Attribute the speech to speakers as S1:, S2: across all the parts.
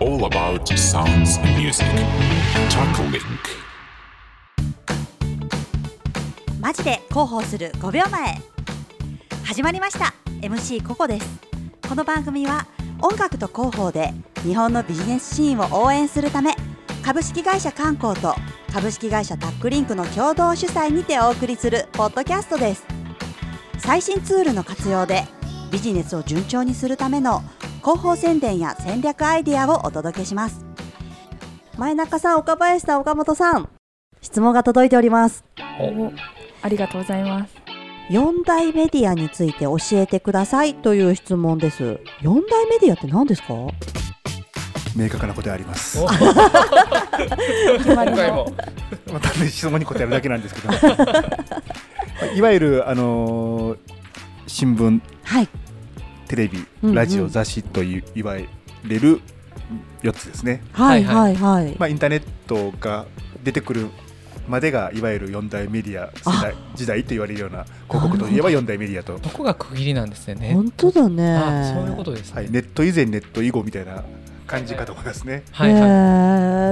S1: all about sounds and music. Tackling.
S2: マジで広報する5秒前始まりました MC ココですこの番組は音楽と広報で日本のビジネスシーンを応援するため株式会社観光と株式会社タックリンクの共同主催にてお送りするポッドキャストです最新ツールの活用でビジネスを順調にするための広報宣伝や戦略アイディアをお届けします前中さん岡林さん岡本さん質問が届いております
S3: おありがとうございます。
S2: 四大メディアについて教えてくださいという質問です四大メディアって何ですか
S4: 明確な答えあります。
S5: お
S3: 決まり
S5: 今回
S3: の
S5: も
S4: まあ、単純に質問に答えるだけなんですけど、 いわゆるあのー新聞、
S2: はい
S4: テレビ、
S2: うんうん
S4: ラジオ、雑誌といういわれる4つですね。
S2: はいは
S5: はい
S2: はい、
S4: まあインターネットが出てくるまでがいわゆる四大メディア世代時代と言われるような広告といえば四大メディアと、
S5: どこが区切りなんですよね。
S2: 本当だね
S5: あ、そういうことです
S4: は
S5: ね
S4: い、。ネット以前ネット以後みたいな感じかと思いますね。
S5: はいはい。
S2: へ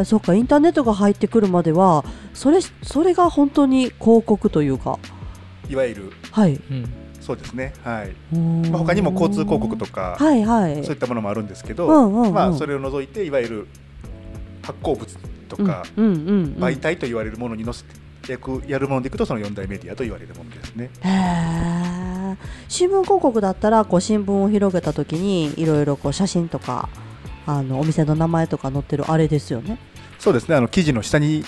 S2: えそっかインターネットが入ってくるまではそれそれが本当に広告というか
S4: いわゆる
S2: はい、
S5: うん。
S4: そうですね。はい。
S2: ま
S4: まあ、他にも交通広告とか、
S2: はいはい
S4: そういったものもあるんですけど、
S2: うんうんうん
S4: まあ、それを除いていわゆる発行物とか
S2: うんうんうんうん
S4: 媒体と言われるものに載せてやくやるものでいくとその四大メディアと言われるものですね。
S2: へー新聞広告だったらこう新聞を広げた時にいろいろこう写真とかあのお店の名前とか載ってるあれですよね。
S4: そうですねあの記事の下に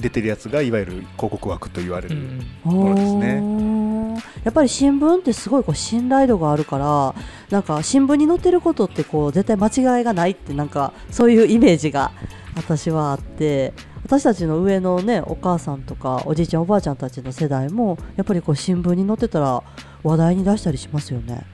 S4: 出てるやつがいわゆる広告枠と言われ
S5: う
S4: る、
S5: ん
S4: そうですね
S2: おーやっぱり新聞ってすごいこう信頼度があるからなんか新聞に載ってることってこう絶対間違いがないってなんかそういうイメージが私はあって私たちの上のねお母さんとかおじいちゃんおばあちゃんたちの世代もやっぱりこう新聞に載ってたら話題に出したりしますよね。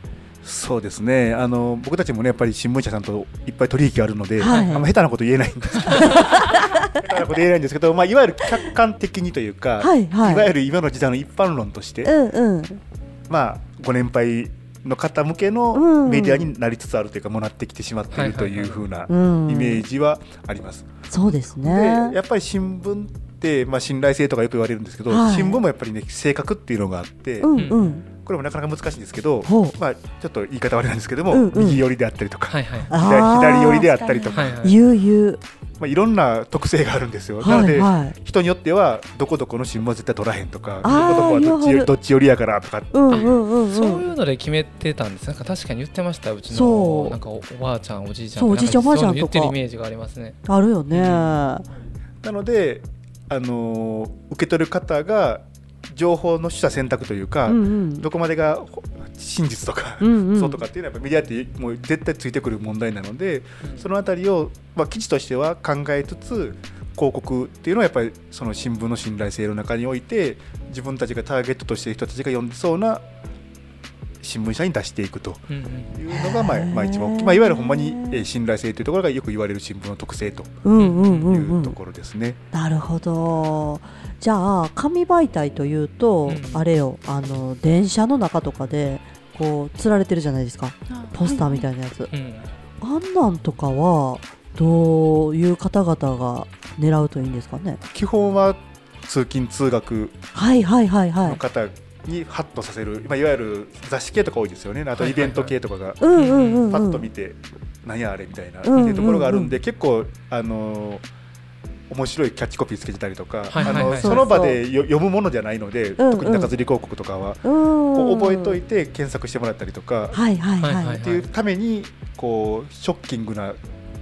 S4: そうですねあの僕たちもねやっぱり新聞社さんといっぱい取引あるので、
S2: はい
S4: あんま下手なこと言えないんです けど下手なこと言えないんですけど、まあ、いわゆる客観的にというか、
S2: はいはい
S4: いわゆる今の時代の一般論として、
S2: うんうん
S4: まあ、ご年配の方向け
S2: う
S4: の
S2: ん
S4: メディアになりつつあるというか、もらってきてしまっているというふうなイ
S2: うん
S4: メージはあります。
S2: そうです
S4: で
S2: ね。
S4: やっぱり新聞って、まあ、信頼性とかよく言われるんですけど、
S2: はい
S4: 新聞もやっぱりね性格っていうのがあって、
S2: うんうん。
S4: これもなかなか難しいんですけど
S2: ほう、
S4: まあ、ちょっと言い方悪いんですけども、
S2: うんうん
S4: 右寄りであったりとか、
S5: はいはい。
S2: あー
S4: 左左寄りであったりとか、
S5: はいはい。
S2: ゆうゆ
S4: まあ、いろんな特性があるんですよ。
S2: う。
S4: な
S2: は
S4: の
S2: い
S4: で
S2: はい。
S4: 人によってはどこどこの新聞は絶対取らへんとかど
S2: あー
S4: こどこ
S2: 両
S4: はどっち
S2: 方
S4: よりどっち寄りやからとか
S2: うんうんうんう。
S5: そうんいうので決めてたんです。なんか確かに言ってました。うち
S2: そ
S5: の
S2: う
S5: なんかおばあちゃんおじいちゃん。
S2: そうおじいちゃんおばあちゃん
S5: 言
S2: とか
S5: ってるイメージがありますね。
S2: あるよね。
S4: なので、あのー受け取る方が情報の取捨選択というか、
S2: うんうん。
S4: どこまでがほ真実とか、
S2: うんうん
S4: そうとかっていうのはやっぱメディアってもう絶対ついてくる問題なので
S5: うん
S4: そのあたりを、まあ、記事としては考えつつ広告っていうのはやっぱりその新聞の信頼性の中において自分たちがターゲットとしている人たちが読んでそうな新聞社に出していくと
S5: うんうん
S4: いうのが、まあまあ、一番大きい、まあ、いわゆるほんまにえー信頼性というところがよく言われる新聞の特性と
S2: うんうんう
S4: い
S2: んう
S4: うんと。ころですね。
S2: なるほど。じゃあ紙媒体というと、
S5: うん
S2: あれよあの電車の中とかでこう釣られてるじゃないですか。ポスターみたいなやつ。
S5: うん。
S2: あんなんとかはどういう方々が狙うといいんですかね。
S4: 基本は通勤通学
S2: はいはいはいは
S4: の
S2: い。
S4: 方にハッとさせる、まあ、いわゆる雑誌系とか多いですよねあと
S5: はいはいはい
S4: イベント系とかが
S2: うんうんうんうん。
S4: パッと見て、なんやあれみたいな、
S2: うんうんうん
S4: っていうところがあるんで結構あのー面白いキャッチコピーつけてたりとか、
S5: はいはいは
S4: あ
S5: いそ
S4: の
S5: うそう
S4: その場でよ読むものじゃないので、
S2: んうん
S4: 特に中吊り広告とかは、
S2: こ
S4: こう覚えといて検索してもらったりとか、
S2: はいはいはい。
S5: はいはい
S4: っていうためにこうショッキングな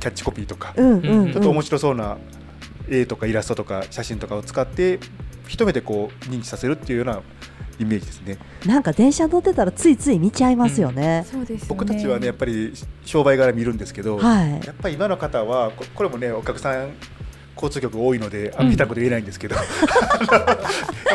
S4: キャッチコピーとか、
S2: うんうん、うん、
S4: ちょっと面白そうな絵とかイラストとか写真とかを使って一目でこう認知させるっていうようなイメージですね。
S2: なんか電車乗ってたらついつい見ちゃいますよね。
S3: そうですよね。
S4: 僕たちはねやっぱり商売柄見るんですけど、
S2: はい。
S4: やっぱり今の方はここれもねお客さん交通局多いのであ
S5: うん
S4: 見たいなこと言えないんですけど、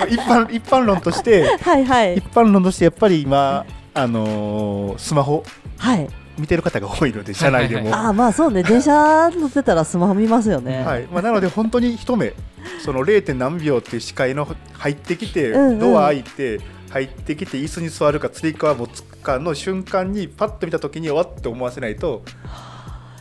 S4: 一般一般論として
S2: はいはい
S4: 一。般論としてやっぱり今あのースマホ
S2: はい。
S4: 見てる方が多いので社内でも。
S2: ああまあそうね。電車乗ってたらスマホ見ますよね。
S4: はいまあ、なので本当に一目その 0. 何秒っていう視界の入ってきて
S2: うんうん
S4: ドア開いて入ってきて椅子に座るかつり革持つかの瞬間にパッと見た時にわって思わせないと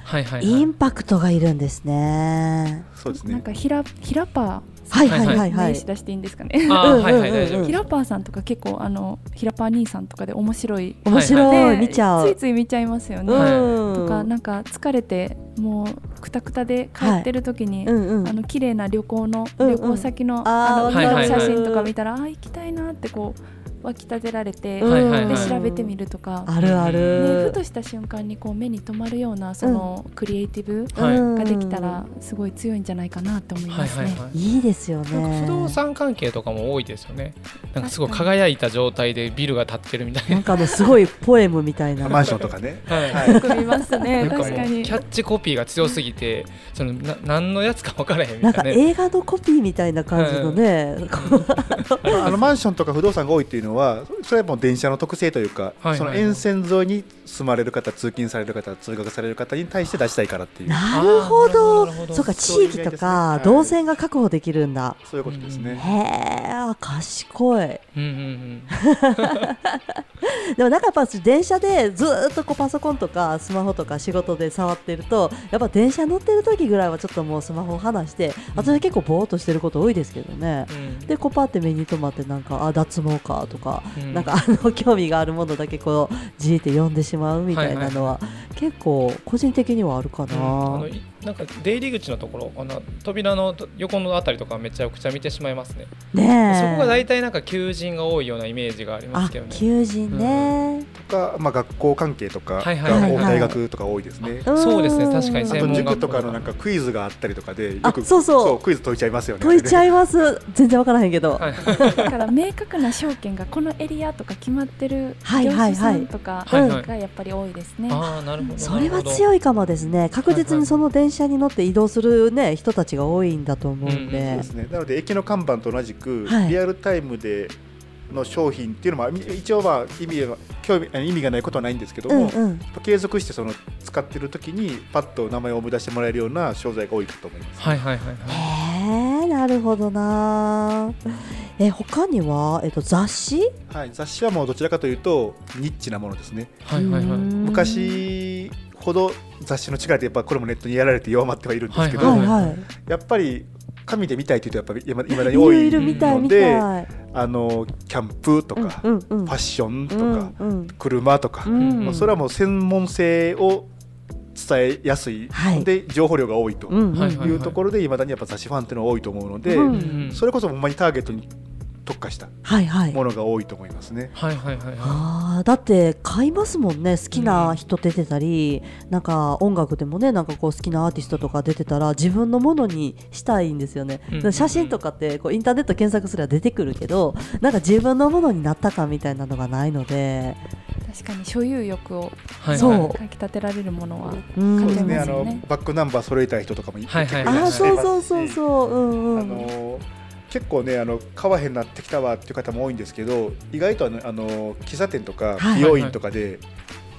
S5: はいはいはい
S2: インパクトがいるんですね。
S4: そうです
S3: なん
S4: ね
S3: かひらひらパ
S2: はいはいはいは
S3: ー名
S2: い。
S3: 刺出していいんですかね。
S5: あーはいは
S2: うんうんう
S5: い
S2: ん
S5: 大丈夫
S3: ひらパーさんとか結構あのひらパー兄さんとかで面白い。
S2: 面白い、
S3: ね
S2: 見ちゃ。
S3: ついうつい見ちゃいますよね。
S5: はい
S2: うん。
S3: とかなんか疲れてもうくたくたで帰ってる時に、
S2: うんうん。
S3: あの綺麗な旅行の、
S2: うんうん
S3: 旅行先の
S2: あー
S3: あの
S5: はいはいはい
S3: 写真とか見たら、ああ行きたいなってこう湧き立てられて、
S2: うん
S5: はいはいは
S3: で
S5: い
S3: 調べてみるとか、
S2: あるあ
S3: ね、
S2: る
S3: ふ。とした瞬間にこう目に留まるようなそのクリエイティブ
S5: はい
S2: うん
S3: ができたらすごい強いんじゃないかなって思い
S5: は
S3: ま
S5: い
S3: す
S5: はい
S3: ね。
S5: はい
S2: いいですよ
S5: なんか
S2: ね。
S5: 不動産関係とかも多いですよね。なんかすごい輝いた状態でビルが建ってるみたい
S2: な
S5: な。
S2: んかあのすごいポエムみたいな。
S4: マンションとかね
S5: はい
S4: は
S3: よく見ますね、
S5: なんかもう
S3: 確かに
S5: キャッチコピーが強すぎてそのな何のやつか分からへんみ
S2: なん
S5: た
S2: か
S5: いな、ね、
S2: 映画のコピーみたいな感じのね、
S4: まああのマンションとか不動産が多いっていうのはそれはもう電車の特性というか、
S5: はいはいはい
S4: その沿線沿いに住まれる方通勤される方通学される方に対して出したいからっていう
S2: なるほ
S5: あーなるほ
S2: ど、
S5: ど
S2: そうか、地域と
S4: は
S2: か
S4: い
S2: 動線が確保できるんだ。
S4: そういうことです
S2: へ
S4: ね、
S2: え、賢い。
S5: うんうんうん
S2: でもなんかやっぱ電車でずーっとこうパソコンとかスマホとか仕事で触ってるとやっぱ電車乗ってる時ぐらいはちょっともうスマホを離して私は結構ぼーっとしてること多いですけどね。
S5: うん
S2: でこうパって目に留まってなんかあ脱毛かとか、
S5: うん
S2: なんかあの興味があるものだけこうじーって読んでしまうみたいなのは、結構個人的にはあるかな。
S5: うんあのいなんか出入り口のところあの扉のと横のあたりとかめちゃくちゃ見てしまいますね、
S2: ねえ
S5: そこが大体なんか求人が多いようなイメージがあり
S2: あ
S5: ますけどね
S2: 求人ね、
S4: とか、まあ、学校関係とかが多
S5: はい
S4: い、
S5: はいはい
S2: はい
S4: 大学とか多いですね、
S2: ん
S5: そうですね確かに
S4: あ
S5: 専
S4: と
S5: 門学校
S4: 塾とかのなんかクイズがあったりとかでよ
S2: あ
S4: く
S2: そうそう
S4: クイズ解いちゃいますよね
S2: 解いちゃ
S4: い
S2: います全然わからへんけど、
S5: はい
S3: だから明確な証券がこのエリアとか決まってる
S2: はい
S3: 業
S2: はいは
S3: 種さ
S2: い
S3: んとか
S5: はいはい
S3: がやっぱり多いですね。
S5: ああなるほど
S2: それは
S5: なる
S2: 強いかもですね確実にその電車に乗って移動する、ね、人たちが多いんだと思うん
S5: うん
S4: そう
S2: で
S4: ですねな ので駅の看板と同じく、
S2: はい
S4: リアルタイムでの商品っていうのもみ一応まあ意味は興味あの意味がないことはないんですけど
S2: う
S4: も、
S2: んうん
S4: 継続してその使ってる時にパッと名前を思い出してもらえるような商材が多いかと思います。
S5: ほどはいはいはいはい
S2: へえなるほどなえ他には、えっと、雑誌
S4: はい、雑誌はもうどちらかというとニッチなものですね。
S5: はいはいは
S2: うー
S5: い
S2: ん
S4: 昔ほど雑誌の力でやっぱこれもネットにやられて弱まってはいるんですけど、
S2: はいはい
S4: やっぱり紙で見たいというとやっぱりいま未だに
S2: い
S4: 多
S2: ろ
S4: い
S2: いろ見たい
S4: の
S2: 見
S4: で
S2: たい
S4: あのキャンプとか、
S2: うんうんうん
S4: ファッションと
S2: う
S4: か、
S2: んうん
S4: 車とか、
S2: うん
S4: まあそれはもう専門性を伝えやすい、
S2: はい
S4: で情報量が多いと
S2: うんうん
S5: はいはい
S4: いうところでいまだにやっぱ雑誌ファンっていうのは多いと思うので、
S2: うん
S5: うん
S4: それこそほんまにターゲットに特化した
S2: はいはい
S4: ものが多いと思いますね。
S5: はいはいはいは
S2: あーだって買いますもんね好きな人出てたり、なんか音楽でもねなんかこう好きなアーティストとか出てたら自分のものにしたいんですよね、
S5: うんうんうん
S2: 写真とかってこうインターネット検索すれば出てくるけどなんか自分のものになったかみたいなのがないので、
S3: 確かに所有欲を
S5: いはい
S2: そう
S5: はい
S3: かき立てられるものは
S2: うん
S3: 買
S4: そう
S3: っ
S4: で
S3: ちゃいま
S4: すねあ
S3: すよね
S4: のバックナンバー揃えたい人とかもい
S5: はいはい
S2: あ
S4: いら
S2: ー
S4: っしゃい
S2: そう
S4: ますし
S2: そうそうそううん
S4: あ
S2: うん
S4: の結構ねあの買わへんなってきたわっていう方も多いんですけど意外とあのあの喫茶店とか
S2: はい
S4: 美容院とかで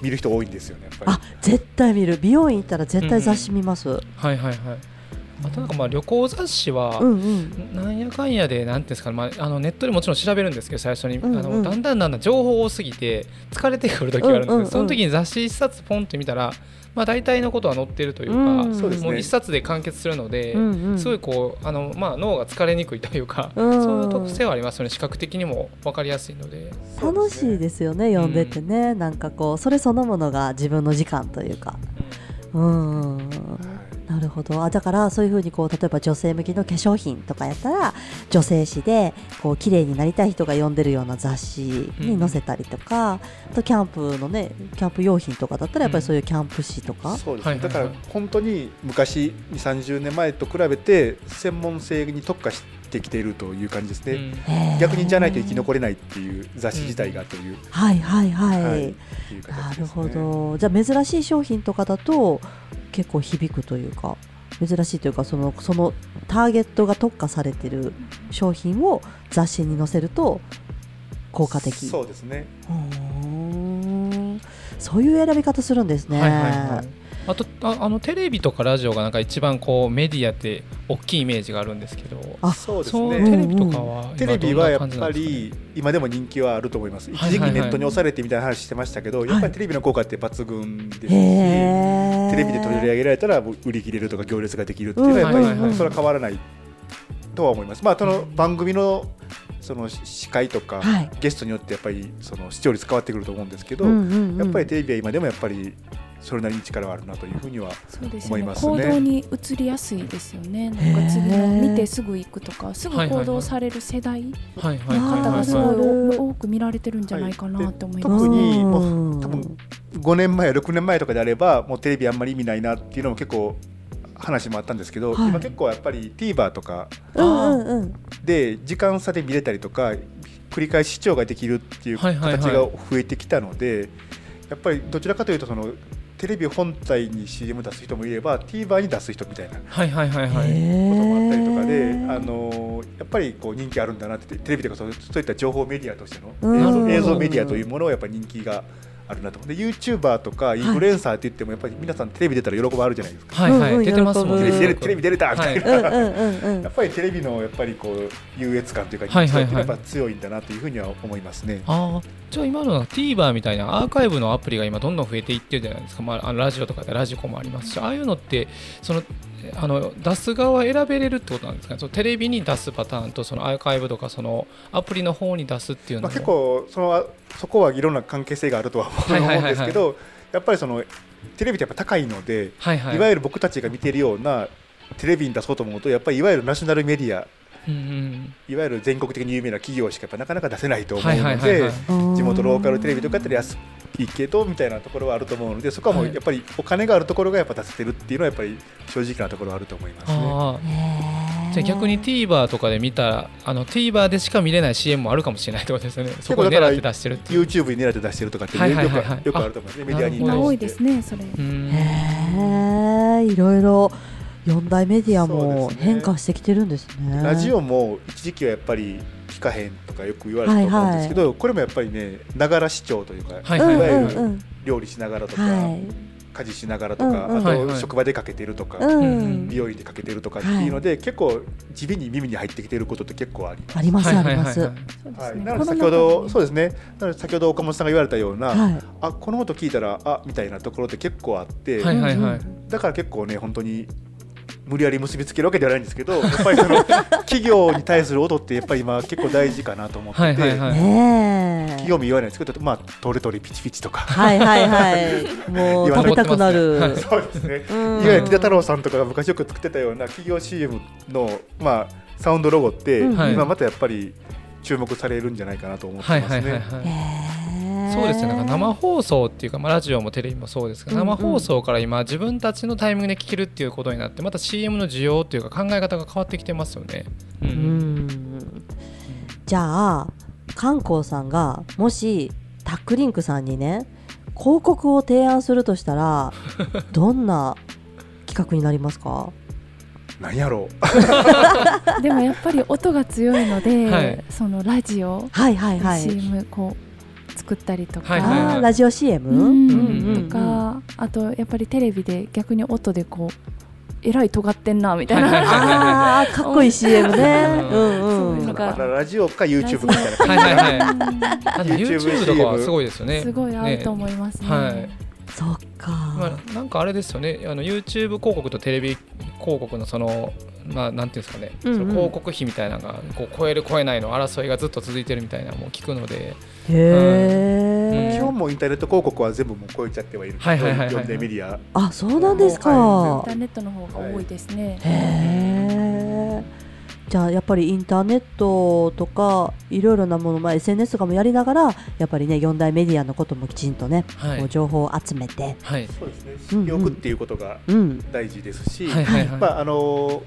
S4: 見る人多いんですよねやっぱ
S2: あ絶対見る美容院行ったら絶対雑誌見ます、うん
S5: はいはいはいあとなんかまあ旅行雑誌は、
S2: うん
S5: なんやかんやで、なんていうんですかね、まあ、あのネットでもちろん調べるんですけど、最初に、
S2: うんうん
S5: あのだんだんだんだん情報多すぎて、疲れてくる時があるんですけど、
S2: うんうんうん
S5: その時に雑誌一冊ポンって見たら、まあ、大体のことは載ってるというか、
S2: うん
S4: そうですね
S5: もう一冊で完結するので、
S2: うんうん
S5: すごいこうあの、まあ、脳が疲れにくいというか、
S2: うん
S5: そういう特性はありますよね、視覚的にも分かりやすいので。
S4: り
S2: 楽しいですよね読んでてね、なんかこうそれそのものが自分の時間というかうんうんうん
S4: すねはい
S2: なるほどあだからそういうふうにこう例えば女性向きの化粧品とかやったら女性誌でこう綺麗になりたい人が読んでるような雑誌に載せたりとか、あとキャンプのねキャンプ用品とかだったらやっぱりそういうキャンプ誌とか、
S4: そうですね、
S5: はいはいは
S4: だか
S5: い
S4: ら本当に昔2 3 0年前と比べて専門性に特化してきているという感じですね、
S5: うん
S2: へー
S4: 逆にじゃないと生き残れないっていう雑誌自体がという、
S2: はいはいはい、
S4: はいっていう
S2: な
S4: 形
S2: る
S4: です
S2: ほ
S4: ね
S2: どじゃあ珍しい商品とかだと結構響くというか珍しいというかそのそのターゲットが特化されてる商品を雑誌に載せると効果的
S4: そうですね
S2: ほーんそういう選び方するんですね、
S5: はいはいはいあとああのテレビとかラジオがなんか一番こうメディアって大きいイメージがあるんですけど
S2: あ
S4: そうです
S5: そう
S4: ね、
S5: テレビとかは、
S4: テレビはやっぱ
S5: 今どんな感じなんです
S4: り今でも人気はあると思います
S5: い
S4: 一時期ネットに押されてみたいな話してましたけど、
S2: い
S4: やっぱりテレビの効果って抜群ですし、
S2: へえ
S4: テレビで取り上げられたらもう売り切れるとか行列ができるっていうのはやっぱり、
S5: うんはいはいはい
S4: それは変わらないとは思います。まあ、その番組のその司会とか、
S2: はい
S4: ゲストによってやっぱりその視聴率変わってくると思うんですけど、
S2: うんうんうん
S4: やっぱりテレビは今でもやっぱりそれなりに力はあるなというふうには
S3: そうです
S4: 思
S3: よね
S4: いますね
S3: 行動に移りやすいですよねなんか次の見てすぐ行くとかすぐ行動される世代
S5: はいはい
S3: の
S5: はい
S3: 方がす
S5: はい
S2: あ
S5: は
S2: ー
S3: ごい多く見られてるんじゃないかなって思い
S4: は
S3: ま
S4: い
S3: す
S4: 特にも
S2: うん
S4: 多分5年前6年前とかであればもうテレビあんまり意味ないなっていうのも結構話もあったんですけど、
S2: はい
S4: 今結構やっぱり TVer とか
S2: うんうんうん
S4: で時間差で見れたりとか繰り返し視聴ができるっていう
S5: はい
S4: 形
S5: はいはい
S4: が増えてきたので、やっぱりどちらかというとそのテレビ本体に CM 出す人もいれば TVer に出す人みたいなこ
S5: いはいはいはい
S4: と
S2: へ
S4: もあったりとかで、
S2: え
S4: あのーやっぱりこう人気あるんだなってテレビとかそうそういった情報メディアとして
S2: う
S4: の
S2: ん
S4: 映像映像メディアというものはやっぱり人気があるなと思うで YouTuber とかインフルエンサーって言ってもやっぱり皆さんテレビ出たら喜ばあるじゃないですか。
S5: はいはい、
S2: うんうん
S5: 出てますもん
S2: 喜
S5: ね
S2: ぶ
S4: テレビ出れテレビ出れたみたいな、
S5: は
S2: うんうんうんう
S4: や
S2: ん
S4: っぱりテレビのやっぱりこう優越感というか
S5: はいはいは
S4: 人気って
S5: い
S4: のやっぱ強いんだなというふうには思いますね。
S5: ああじゃあ今のは TVer みたいなアーカイブのアプリが今どんどん増えていってるじゃないですか、まあ、あのラジオとかでラジコもありますしああいうのってそのあの出す側選べれるってことなんですかねそのテレビに出すパターンとそのアーカイブとかそのアプリの方に出すっていうの
S4: まあ、
S5: も
S4: 結構そのそこはいろんな関係性があるとは思
S5: いはいはい
S4: う
S5: はい
S4: んですけどやっぱりそのテレビってやっぱ高いので、、
S5: はいはいい
S4: わ
S5: ゆ
S4: ゆる僕たちが見てるようなテレビに出そうと思うとやっぱりいわゆるナショナルメディア
S5: る、うん
S4: いわゆる全国的に有名な企業しかやっぱなかなか出せないと
S5: うん、
S4: 思う
S5: はいはい
S4: の
S5: はいは
S4: で
S5: い
S4: 地元ローカルテレビとかやったら安いけどみたいなところはあると思うのでそこはもうやっぱりお金があるところがやっぱ出せてるっていうのはやっぱり正直なところはあると思いますね。
S5: ああ
S2: へえ
S5: じゃあ逆に TVer とかで見たらあの TVer でしか見れない CM もあるかもしれないってことですよねそこを狙って出してるっていう
S4: YouTube に狙って出してるとかってよ
S5: は
S4: く
S5: いはいはいはい
S4: よくあると思うんですねメディアに
S3: 今
S4: 対
S3: 多
S4: し
S3: いで
S4: て
S3: す。ねそれ
S5: うん
S2: へえいろいろ四大メディアも
S4: そうですね
S2: 変化してきてるんですね。
S4: ラジオも一時期はやっぱり聞かへんとかよく言われたと思うんですけど、これもやっぱりねながら視聴というか、
S5: はいい
S2: うん
S4: わゆ
S2: うんう
S4: る
S2: ん
S4: 料理しながらとか、
S2: はい
S4: 家事しながらとか、
S2: うんうん
S5: はい
S4: あ
S5: は
S4: と
S5: い
S4: 職場でかけてるとか、
S2: うん
S4: 美容院でかけてるとかっていうので、結構地味に耳に入ってきてることって結構あります。
S2: ありますあります。は
S3: そうで
S4: は
S3: す
S4: い、
S3: ね
S4: なの
S3: この中
S4: で先
S3: に
S4: ほどそうですねなので先ほど岡本さんが言われたような、
S2: い
S4: あこの音聞いたらあみたいなところって結構あって、
S5: はいはいはい、
S4: だから結構ね本当に無理やり結びつけるわけではないんですけどやっぱりそ の企業に対する音ってやっぱり今結構大事かなと思ってて、
S5: はいはいはい
S2: ねえ
S4: 企業名言わないですけどまあトレトレピチピチと か
S2: はいはいはい。もう
S4: 言
S2: 食
S4: わな
S2: べ
S4: い
S2: たくなる。
S5: はい
S4: そうですねいわ
S2: わ
S4: ゆる木田太郎さんとかが昔よく作ってたような企業 CM のまあサウンドロゴって、
S2: うん
S5: はい
S4: 今またやっぱり注目されるんじゃないかなと思って
S5: はい
S4: ますね。
S5: はいはいはい
S2: へえ
S5: そうですねなんか生放送っていうか、まあ、ラジオもテレビもそうですけど
S2: うんうん
S5: 生放送から今自分たちのタイミングで聞けるっていうことになってまた CM の需要っていうか考え方が変わってきてますよね。うん
S2: うんじゃあ観光さんがもしタックリンクさんにね広告を提案するとしたら どんな企画になりますか
S4: なんやろう
S3: でもやっぱり音が強いので、
S5: はい
S3: そのラジオ、
S2: はいはいはい
S3: CM こう作ったりとか、
S5: はいはいはい
S2: あーラジオ CM?
S3: うん
S5: うん
S3: とか、あとやっぱりテレビで逆に音でこうえらい尖ってんなみたいな、
S5: はい
S2: あーかっこいい CM ね
S5: う
S2: う
S5: ん
S2: んう
S3: そ
S2: ん
S3: うか
S4: ラジオか YouTube みたいな感
S5: は
S4: じ
S5: いはいは いあと
S4: YouTube
S5: YouTube とかはすごいですよね。
S3: すごい合うと思いますね。
S5: はい
S2: そっか
S5: まあ、なんかあれですよねあの YouTube 広告とテレビ広告のそのまあなんていうんですかね、
S2: うんうん
S5: その広告費みたいなのがこう超える超えないの争いがずっと続いてるみたいなのも聞くので
S2: へえ
S4: 基本もインターネット広告は全部もう超えちゃってはいるけど
S5: はいはいはいはい
S4: 読んでメディア
S2: あそうなんです
S4: は
S2: か
S3: インターネットの方が多いですね。
S2: へえじゃあやっぱりインターネットとかいろいろなもの、まあ、SNS とかもやりながらやっぱりね四大メディアのこともきちんとね、
S5: は
S2: こう
S5: い、
S2: 情報を集めて、
S5: はい、
S4: そうですね
S2: うんうん
S4: 知っておくっていうことが
S2: うん、
S4: 大事ですし、
S5: はいはいはい
S4: まああの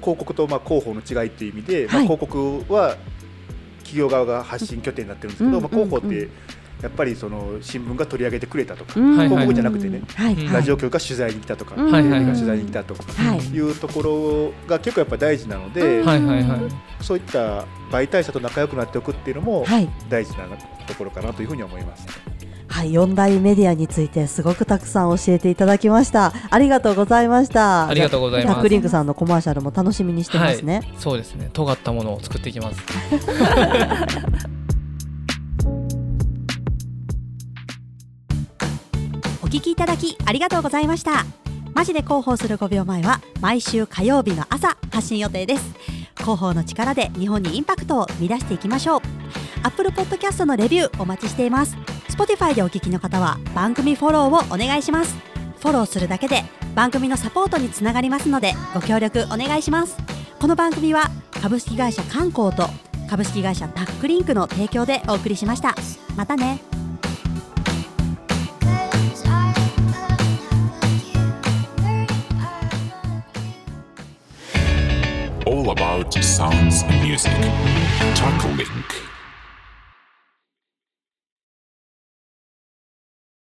S4: 広告とまあ広報の違いっていう意味で、まあ
S2: はい
S4: 広告は企業側が発信拠点になってるんですけど、
S2: うん
S4: まあ、広報っ
S2: うんう
S4: てやっぱりその新聞が取り上げてくれたとか、
S2: うん
S4: 広告じゃなくてね、
S2: はいはい、
S5: うん
S4: ラジオ局が取材に来たとか、
S2: うん
S5: はいはい
S4: テレビが取材に来たとか
S2: はい
S4: いうところが結構やっぱ大事なので、
S2: うん
S5: はいはいはい
S4: そういった媒体者と仲良くなっておくっていうのも
S2: はい
S4: 大事なところかなというふうに思います。
S2: はい、四大メディアについてすごくたくさん教えていただきました。ありがとうございました。
S5: ありがとうございます
S2: ダックリンクさんのコマーシャルも楽しみにしてますね。
S5: はい、そうですね尖ったものを作っていきます
S6: お聞きいただきありがとうございましたマジで広報する5秒前は毎週火曜日の朝発信予定です広報の力で日本にインパクトを生み出していきましょう Apple Podcast のレビューお待ちしています Spotify でお聞きの方は番組フォローをお願いしますフォローするだけで番組のサポートにつながりますのでご協力お願いしますこの番組は株式会社観光と株式会社タックリンクの提供でお送りしましたまたね
S7: Cause I love you. I love you.
S1: All about sounds and music. Talk link.